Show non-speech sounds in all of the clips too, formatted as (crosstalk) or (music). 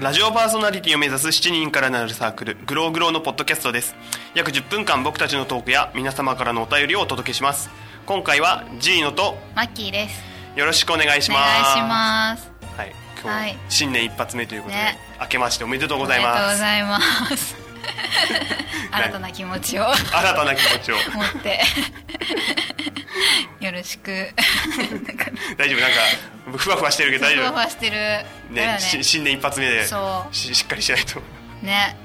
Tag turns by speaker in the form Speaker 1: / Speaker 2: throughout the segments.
Speaker 1: ラジオパーソナリティを目指す7人からなるサークルグローグローのポッドキャストです約10分間僕たちのトークや皆様からのお便りをお届けします今回はジーノと
Speaker 2: マッキーです
Speaker 1: よろしくお願いし
Speaker 2: お
Speaker 1: ます
Speaker 2: 願いします
Speaker 1: はい今日、
Speaker 2: はい
Speaker 1: 新年一発目ということで、
Speaker 2: ね
Speaker 1: 明けましておめでとうご
Speaker 2: お
Speaker 1: ざい
Speaker 2: めでとう
Speaker 1: ま
Speaker 2: ご
Speaker 1: す
Speaker 2: ざいます (laughs) 新たな気持 (laughs) ちを
Speaker 1: 新たな気持ちを
Speaker 2: 持ってよろしくなんか
Speaker 1: 大丈夫なんかふわふわしてるけど大
Speaker 2: ふわ (laughs)
Speaker 1: 丈
Speaker 2: ふわしてる
Speaker 1: 夫
Speaker 2: だよ
Speaker 1: ねし新年一発目で
Speaker 2: そ
Speaker 1: ししっかりしないと、
Speaker 2: うね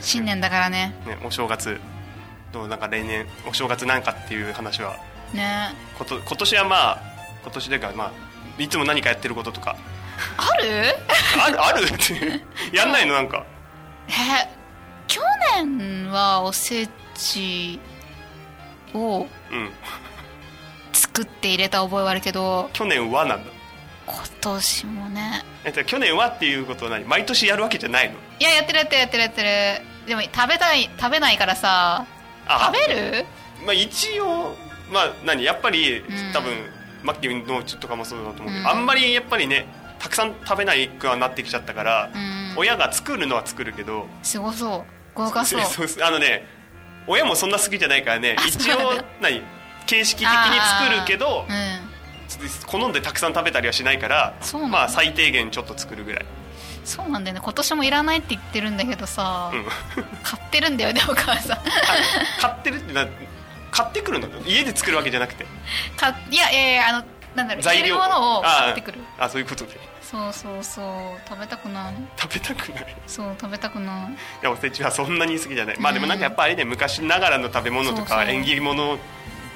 Speaker 2: 新年だからね
Speaker 1: ね、お正月どうなんか例年お正月なんかっていう話は
Speaker 2: ね
Speaker 1: こと今年はまあ今年というかまあいつも何かやってることとか
Speaker 2: ある
Speaker 1: あるあるっていう
Speaker 2: (laughs)
Speaker 1: やんないのなんか
Speaker 2: え去年はおせちを
Speaker 1: うん
Speaker 2: 作って入れた覚えはあるけど
Speaker 1: 去年はなんだ
Speaker 2: 今年もね
Speaker 1: えっと去年はっていうことは何毎年やるわけじゃないの
Speaker 2: いややってるやってるやってるやってるでも食べたい食べないからさ
Speaker 1: あ
Speaker 2: 食べる
Speaker 1: まあ一応まあ何やっぱり、
Speaker 2: ん
Speaker 1: 多分マッキーのうちとかもそうだと思うけど、
Speaker 2: うん
Speaker 1: あんまりやっぱりねたくさん食べないくはなってきちゃったから、
Speaker 2: うん
Speaker 1: 親が作るのは作るけど
Speaker 2: すごそう豪華そう
Speaker 1: (laughs) そうそうあのね親もそんな好きじゃないからね
Speaker 2: あ
Speaker 1: 一
Speaker 2: そうなん
Speaker 1: 応
Speaker 2: だ
Speaker 1: 何形式的に作るけど
Speaker 2: うん
Speaker 1: 好んでたくさん食べたりはしないから
Speaker 2: そうなんだ
Speaker 1: まあ最低限ちょっと作るぐらい、
Speaker 2: そうなんだよね今年もいらないって言ってるんだけどさ、
Speaker 1: うん、
Speaker 2: 買ってるんだよね (laughs) お母さん
Speaker 1: 買ってるってな買ってくるの家で作るわけじゃなくて
Speaker 2: 買っいやいやいやあのなんだろう
Speaker 1: 材
Speaker 2: 入れ
Speaker 1: 料
Speaker 2: るものを
Speaker 1: あ
Speaker 2: 買ってくる
Speaker 1: あそういうことで
Speaker 2: そうそうそう食べたくない
Speaker 1: 食べたくない
Speaker 2: そう食べたくない
Speaker 1: いやおせちはそんなに好きじゃないまあでもなんかやっぱあれね昔ながらの食べ物と
Speaker 2: そう
Speaker 1: か
Speaker 2: そう
Speaker 1: 縁切り物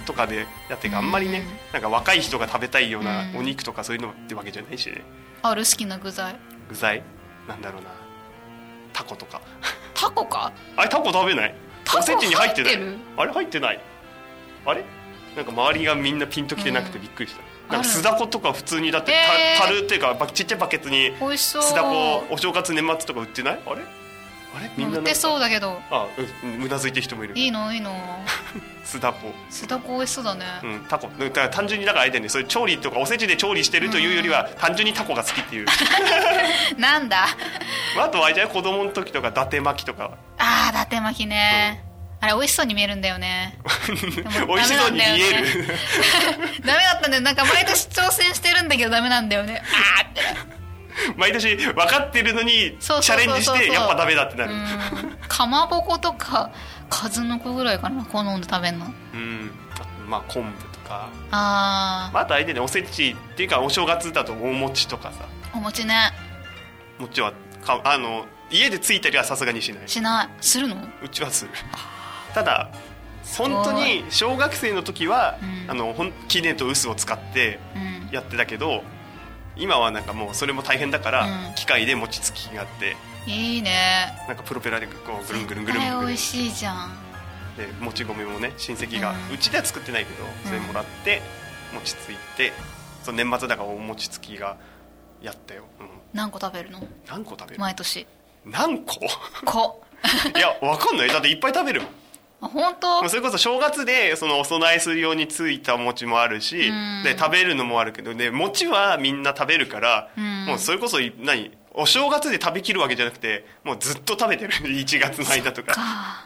Speaker 1: とかでやってるからあんまりねなんか若い人が食べたいような
Speaker 2: うん
Speaker 1: お肉とかそういうのってわけじゃないしね
Speaker 2: ある好きな具材
Speaker 1: 具材なんだろうなタコとか
Speaker 2: タコか
Speaker 1: あれタコ食べない
Speaker 2: タコ
Speaker 1: おせちに入ってない
Speaker 2: 入ってる
Speaker 1: あれ入ってないあれなんか周りがみんなピンときてなくてびっくりした、なん
Speaker 2: あ
Speaker 1: から酢だことか普通にだって
Speaker 2: えー
Speaker 1: た樽っていうかばちっちゃいバケツに
Speaker 2: 美味しそう
Speaker 1: 酢だこお正月年末とか売ってないあれあれみんな
Speaker 2: 売
Speaker 1: な
Speaker 2: っ
Speaker 1: ん
Speaker 2: て
Speaker 1: か
Speaker 2: そうだけど
Speaker 1: あうんうなずいてる人もいる
Speaker 2: いいのいいの
Speaker 1: 酢だこ
Speaker 2: 酢だこ美味しそうだね、
Speaker 1: うん、タコだから単純にだからあれだよねそういう調理とかおせちで調理してるというよりは単純にタコが好きっていう
Speaker 2: (laughs) なんだ
Speaker 1: まああとはあれじゃない子供の時とか伊達巻きとか
Speaker 2: あー伊達巻きね、あれ美味しそうに見えるんだよねで
Speaker 1: (laughs)
Speaker 2: も
Speaker 1: 美味しそうに見え
Speaker 2: ダメなんだよね
Speaker 1: る
Speaker 2: ダメだったんだよなんか毎年挑戦してるんだけどダメなんだよねあーって
Speaker 1: 毎年分かってるのにチ
Speaker 2: そうそ
Speaker 1: ャ
Speaker 2: うそうそう
Speaker 1: レンジしてやっぱダメだってなる
Speaker 2: うんかまぼことか数の子ぐらいかな好んで食べんの
Speaker 1: うんあとまあ昆布とか、
Speaker 2: あ
Speaker 1: まあ、あとあれでねおせちっていうかお正月だとお餅とかさ
Speaker 2: ーお餅ね
Speaker 1: 餅はかあの家でついたりはさすがにしない
Speaker 2: しないするのう
Speaker 1: うちはするただ本当に小学生の時は、
Speaker 2: うん
Speaker 1: あのほんきねと臼を使って
Speaker 2: ん
Speaker 1: やってたけど今はなんかもうそれも大変だから、
Speaker 2: うん
Speaker 1: 機械で餅つきがあって
Speaker 2: いいね
Speaker 1: なんかプロペラでこうぐるんぐるんぐるんぐるん
Speaker 2: 絶対美味しいじゃん
Speaker 1: でもち米もね親戚が、う
Speaker 2: うん
Speaker 1: ちでは作ってないけどそれもらって餅ついてその年末だからお餅つきがやったよ、うん、
Speaker 2: 何個食べるの
Speaker 1: 何個食べる
Speaker 2: 毎年
Speaker 1: 何個 (laughs)
Speaker 2: こ
Speaker 1: いやわかんないだっていっぱい食べるもん
Speaker 2: あ本当
Speaker 1: もうそれこそ正月でそのお供えするようについた餅もあるし
Speaker 2: うん
Speaker 1: で食べるのもあるけどで餅はみんな食べるから
Speaker 2: うん
Speaker 1: もうそれこそい何お正月で食べきるわけじゃなくてもうずっと食べてる (laughs) 1月の間とか
Speaker 2: か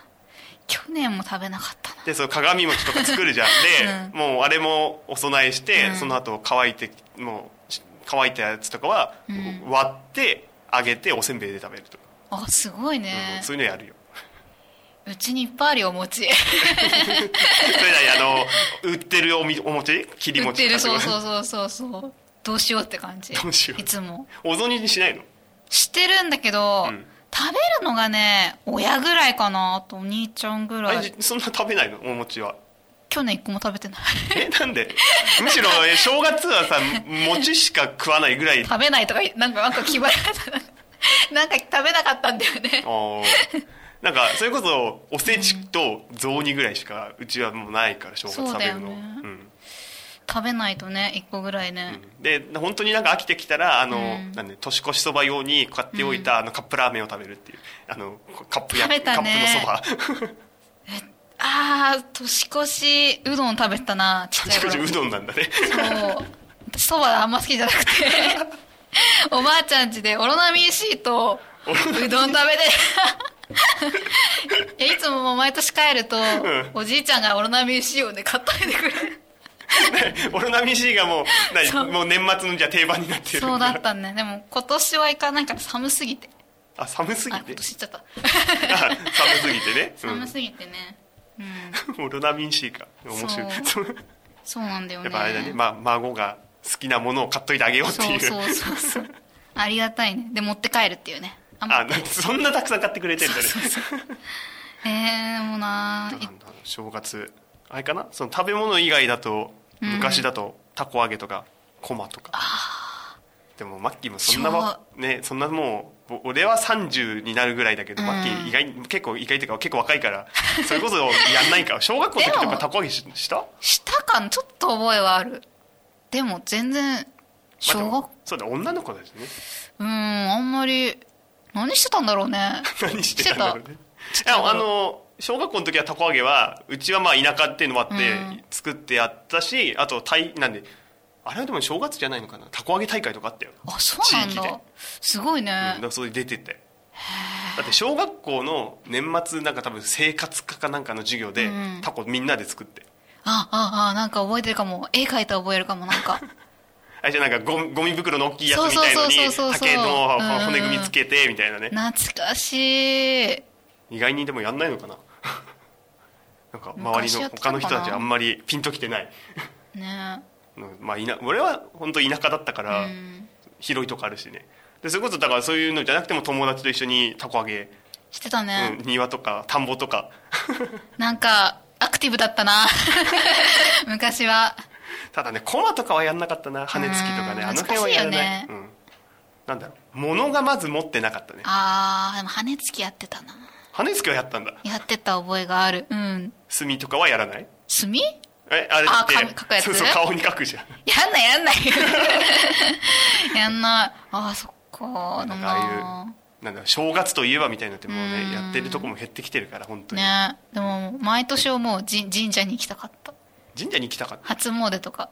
Speaker 2: 去年も食べなかったな
Speaker 1: でその鏡餅とか作
Speaker 2: (laughs)
Speaker 1: るじゃんで、もうあれもお供えして、
Speaker 2: うん
Speaker 1: その後乾いてもうし乾いたやつとかは
Speaker 2: うん
Speaker 1: 割って揚げておせんべいで食べるとか、
Speaker 2: あすごい
Speaker 1: うん
Speaker 2: ね
Speaker 1: そういうのやるよ
Speaker 2: うちにいっぱいあるよお餅
Speaker 1: それなりあの売ってるおみお餅切り
Speaker 2: 売っ
Speaker 1: 餅
Speaker 2: てるそうそううそうそうそうどうしようって感じ
Speaker 1: どうしよう
Speaker 2: いつも
Speaker 1: お雑煮にしないの
Speaker 2: してるんだけど、
Speaker 1: うん
Speaker 2: 食べるのがね親ぐらいかなあとお兄ちゃんぐ
Speaker 1: あ
Speaker 2: ら
Speaker 1: れ
Speaker 2: い
Speaker 1: そんな食べないのお餅は
Speaker 2: 去年一個も食べてない (laughs)
Speaker 1: えなんでむしろえ正月はさ餅しか食わないぐらいあ
Speaker 2: 食べないとかなんかなんか気張られ
Speaker 1: (laughs)
Speaker 2: たなんか食べなかったんだよね
Speaker 1: ーなんかそれこそおせちと雑煮ぐらいしかうちはもうないから正月食べるの
Speaker 2: そうだよね
Speaker 1: ん
Speaker 2: 食べないとね一個ぐらいね、
Speaker 1: で本当になんか飽きてきたらあの、
Speaker 2: うん
Speaker 1: なんで年越しそば用に買っておいた、あのカップラーメンを食べるっていうあのカップや、
Speaker 2: 食べ
Speaker 1: カ
Speaker 2: た
Speaker 1: ップの
Speaker 2: ね
Speaker 1: そば
Speaker 2: ああ年越しうどん食べたなちっ
Speaker 1: (laughs)
Speaker 2: ちゃい
Speaker 1: 年越し
Speaker 2: 頃
Speaker 1: うどんなんだね
Speaker 2: そう (laughs) 私そばあんま好きじゃなくておばあちゃん家でオロナミン C とうどん食べて (laughs) いやいつももう毎年帰ると、おじいちゃんがオロナミン C をね買っといてくれる
Speaker 1: オロナミン C がもう
Speaker 2: そう
Speaker 1: 何もう年末のじゃあ定番になってる
Speaker 2: そうだったねでも今年は行かないから寒すぎて
Speaker 1: あ寒すぎ
Speaker 2: あ
Speaker 1: て
Speaker 2: 今年行っちゃった
Speaker 1: あ寒すぎてね、
Speaker 2: 寒すぎてねうん
Speaker 1: うん、オロナミン C か面白い
Speaker 2: そ
Speaker 1: (laughs) や
Speaker 2: そうなんだよね
Speaker 1: っぱあれだね、まあ、孫が好きなものを買っといてあげようって
Speaker 2: そ
Speaker 1: いう
Speaker 2: うそうそうそうありがたいねで持って帰るっていうね
Speaker 1: (laughs)
Speaker 2: あ
Speaker 1: あ
Speaker 2: ま
Speaker 1: なんそんなたくさん買ってくれてるんだね
Speaker 2: えー、もうな
Speaker 1: なんだろう正月あれかなその食べ物以外だと
Speaker 2: うん
Speaker 1: 昔だとたこ揚げとかこまとか、でもマッキーもそんなわねそんなもうお俺は30になるぐらいだけど、
Speaker 2: うん
Speaker 1: マッキー意外結構意外というか結構若いからそれこそやんない
Speaker 2: (laughs)
Speaker 1: か小学校の時と
Speaker 2: で
Speaker 1: か
Speaker 2: も
Speaker 1: たこ揚げしした
Speaker 2: したかなちょっと覚えはあるでも全然小
Speaker 1: まあで
Speaker 2: 学
Speaker 1: もそうだ女の子だしね
Speaker 2: うんあんまり何してたんだろうね
Speaker 1: (laughs) 何してたんだろうね
Speaker 2: してた
Speaker 1: いやあの小学校の時はたこ揚げはうちはまあ田舎っていうのもあって
Speaker 2: うん
Speaker 1: 作ってやったし、あとたいなんであれはでも正月じゃないのかなたこ揚げ大会とかあったよ
Speaker 2: あそうなん
Speaker 1: 地域
Speaker 2: だ
Speaker 1: です
Speaker 2: ごい
Speaker 1: うん、だ
Speaker 2: ね
Speaker 1: からそれで出ててだって小学校の年末なんか多分生活科かなんかの授業で、
Speaker 2: うん
Speaker 1: タコみんなで作って
Speaker 2: あああなんか覚えてるかも絵描いたら覚えるかもな
Speaker 1: (laughs)
Speaker 2: んか
Speaker 1: あれじゃなんかゴミゴミ袋の大きいやつみたいのに
Speaker 2: そうそうそうそうそう
Speaker 1: 竹の
Speaker 2: うんうん
Speaker 1: 骨組みつけてみたいなね、
Speaker 2: 懐かしい
Speaker 1: 意外にでもやんないのかな (laughs) なんか周り
Speaker 2: 昔や
Speaker 1: の
Speaker 2: ってた
Speaker 1: 他
Speaker 2: の
Speaker 1: の
Speaker 2: かな
Speaker 1: 人たちあんまりピンときてない
Speaker 2: ね
Speaker 1: うんまあ、いな俺は本当田舎だったか
Speaker 2: う
Speaker 1: ら、
Speaker 2: ん
Speaker 1: 広いとこあるしねでそれこそだからそういうのじゃなくても友達と一緒にたこ揚げ、
Speaker 2: してたね、
Speaker 1: うん、庭とか田んぼとか (laughs)
Speaker 2: なんかアクティブだったな (laughs) 昔は
Speaker 1: ただねコマとかはやんなかったな羽根つきとかね
Speaker 2: うん
Speaker 1: あの辺はやらない
Speaker 2: 懐かしいよね
Speaker 1: うん、なんだろう物がまず持ってなかったね
Speaker 2: あーでも羽根つきやってたな
Speaker 1: 羽根つきはやったんだ
Speaker 2: やってた覚えがあるうん
Speaker 1: 墨とかはやらない
Speaker 2: 炭
Speaker 1: えあれだって
Speaker 2: あ紙書くやつ
Speaker 1: そうそう顔に書くじゃん
Speaker 2: やんないやんない (laughs) やんないあーそっ
Speaker 1: な
Speaker 2: か
Speaker 1: んか
Speaker 2: な
Speaker 1: ああいうなんだろう正月といえばみたいなってもうね
Speaker 2: うん
Speaker 1: やってるとこも減ってきてるから本当に、
Speaker 2: ねでも毎年思うじ神社に行きたかった
Speaker 1: 神社に行きたかった
Speaker 2: 初詣とか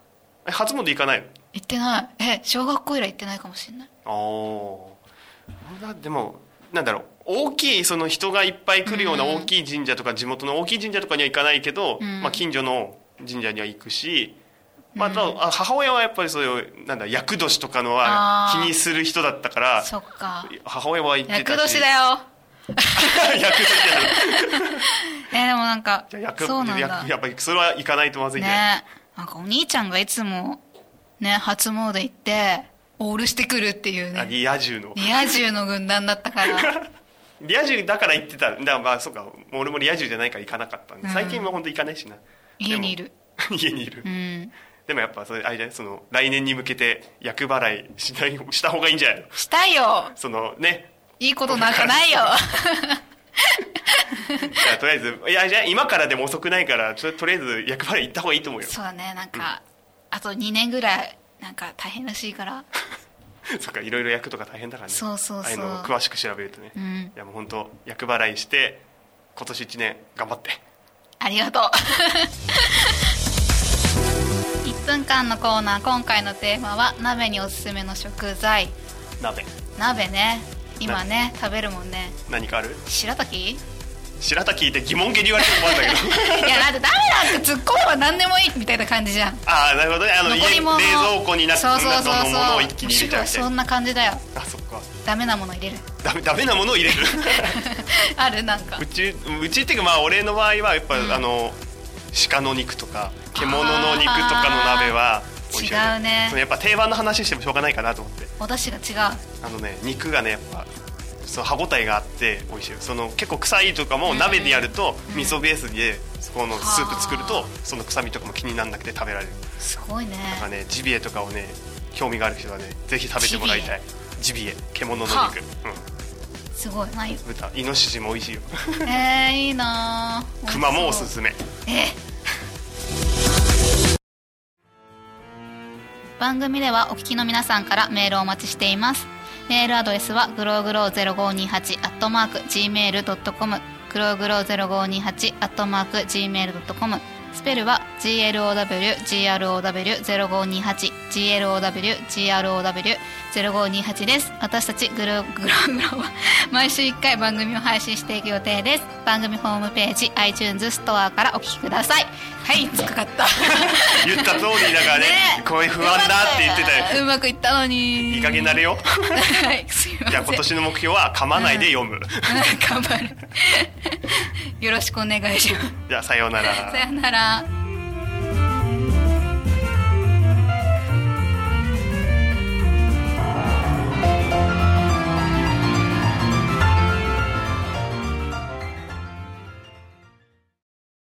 Speaker 1: え初詣行かないの
Speaker 2: 行ってないえ小学校以来行ってないかもしれない
Speaker 1: ああ俺はでもなんだろう大きいその人がいっぱい来るような
Speaker 2: うん
Speaker 1: 大きい神社とか地元の大きい神社とかには行かないけど、
Speaker 2: うん
Speaker 1: まあ、近所の神社には行くし、
Speaker 2: うん
Speaker 1: まあ、あとあ母親はやっぱりそういうなんだ厄年とかのは
Speaker 2: あ
Speaker 1: 気
Speaker 2: ー
Speaker 1: にする人だったから
Speaker 2: そっか
Speaker 1: 母親は行って
Speaker 2: 厄
Speaker 1: たし
Speaker 2: 年だよ
Speaker 1: (laughs) 厄年
Speaker 2: えでもなんか
Speaker 1: じゃない
Speaker 2: そうなんだ
Speaker 1: 厄やっぱりそれは行かないとまずいね
Speaker 2: ねなんかお兄ちゃんがいつもね初詣行ってオールしてくるっていう
Speaker 1: あ
Speaker 2: ね
Speaker 1: リア充の
Speaker 2: リア充の軍団だったから
Speaker 1: (laughs) リア充だから行ってただからまあそうかもう俺もリア充じゃないから行かなかったんで、
Speaker 2: うん
Speaker 1: 最近は本当行かないしな
Speaker 2: 家にいる
Speaker 1: でも (laughs) 家にいる
Speaker 2: うん
Speaker 1: でもやっぱそれあれじゃないその来年に向けて厄払いしない (laughs) した方がいいんじゃないの
Speaker 2: したいよ
Speaker 1: そのね
Speaker 2: いいことなんかないよ
Speaker 1: じゃあとりあえずいやじゃあ今からでも遅くないからととりあえず厄払い行った方がいいと思うよ (laughs)
Speaker 2: そうだねなんかあと2年ぐらいなんか大変らし
Speaker 1: (laughs)
Speaker 2: いから
Speaker 1: そっかいろいろ厄とか大変だからね
Speaker 2: そうそう
Speaker 1: あ
Speaker 2: そう
Speaker 1: あいうのを詳しく調べるとね、
Speaker 2: う
Speaker 1: い
Speaker 2: ん
Speaker 1: やもう本当厄払いして今年1年頑張って
Speaker 2: ありがとう (laughs) 1分間のコーナー今回のテーマは鍋におすすめの食材
Speaker 1: 鍋
Speaker 2: 鍋ね今ね食べるもんね
Speaker 1: 何かある
Speaker 2: 白滝 (laughs)
Speaker 1: 白滝聞いて疑問気に言われても困るんだけど
Speaker 2: いやだってダメだって突っ込めば何でもいいみたいな感じじゃん (laughs)
Speaker 1: ああなるほどねあの
Speaker 2: 残
Speaker 1: 家
Speaker 2: り
Speaker 1: 冷
Speaker 2: 物を
Speaker 1: 蔵庫になった
Speaker 2: そう
Speaker 1: も
Speaker 2: そうそうそ
Speaker 1: の
Speaker 2: う
Speaker 1: ものを一気に入れちゃうみたいな
Speaker 2: そ
Speaker 1: ん
Speaker 2: な感じだよ
Speaker 1: あそっか
Speaker 2: ダメなもの入れる
Speaker 1: (laughs) ダメダメなものを入れる
Speaker 2: あるなんか
Speaker 1: うちうちっていうかまあ俺の場合はやっぱ、
Speaker 2: うん
Speaker 1: あの鹿の肉とか獣の肉とかの鍋は美味しいよ
Speaker 2: 違うね
Speaker 1: そのやっぱ定番の話してもしょうがないかなと思って
Speaker 2: お出汁が違う
Speaker 1: あのね肉がねやっぱその歯ごたえがあって美味しいよその結構臭いとかも鍋でやると、味噌ベースでこのスープ作ると
Speaker 2: は
Speaker 1: その臭みとかも気にならなくて食べられる
Speaker 2: すごいね
Speaker 1: だからねジビエとかをね興味がある人はねぜひ食べてもらいたいジビエ獣の肉、うん、
Speaker 2: すごいない
Speaker 1: 豚イノシシも美味しいよ
Speaker 2: えー、いいなー
Speaker 1: 熊もおすすめ
Speaker 2: え番組ではお聞きの皆さんからメールをお待ちしていますメールアドレスはグローグロー0528アットマーク Gmail.com グローグロー0528アットマーク Gmail.com スペルは GLOWGROW0528GLOWGROW0528 です私たちグログログロは毎週1回番組を配信していく予定です番組ホームページ iTunes ストアからお聞きくださいはいつかかった
Speaker 1: 言った通りだからね
Speaker 2: ね
Speaker 1: こういう不安だって言ってたよ
Speaker 2: うまくいったのに
Speaker 1: いい加減なれよ
Speaker 2: はいすいません
Speaker 1: じゃあ今年の目標は噛まないで読む、
Speaker 2: 頑張るよろしくお願いします
Speaker 1: じゃあさようなら
Speaker 2: さよなら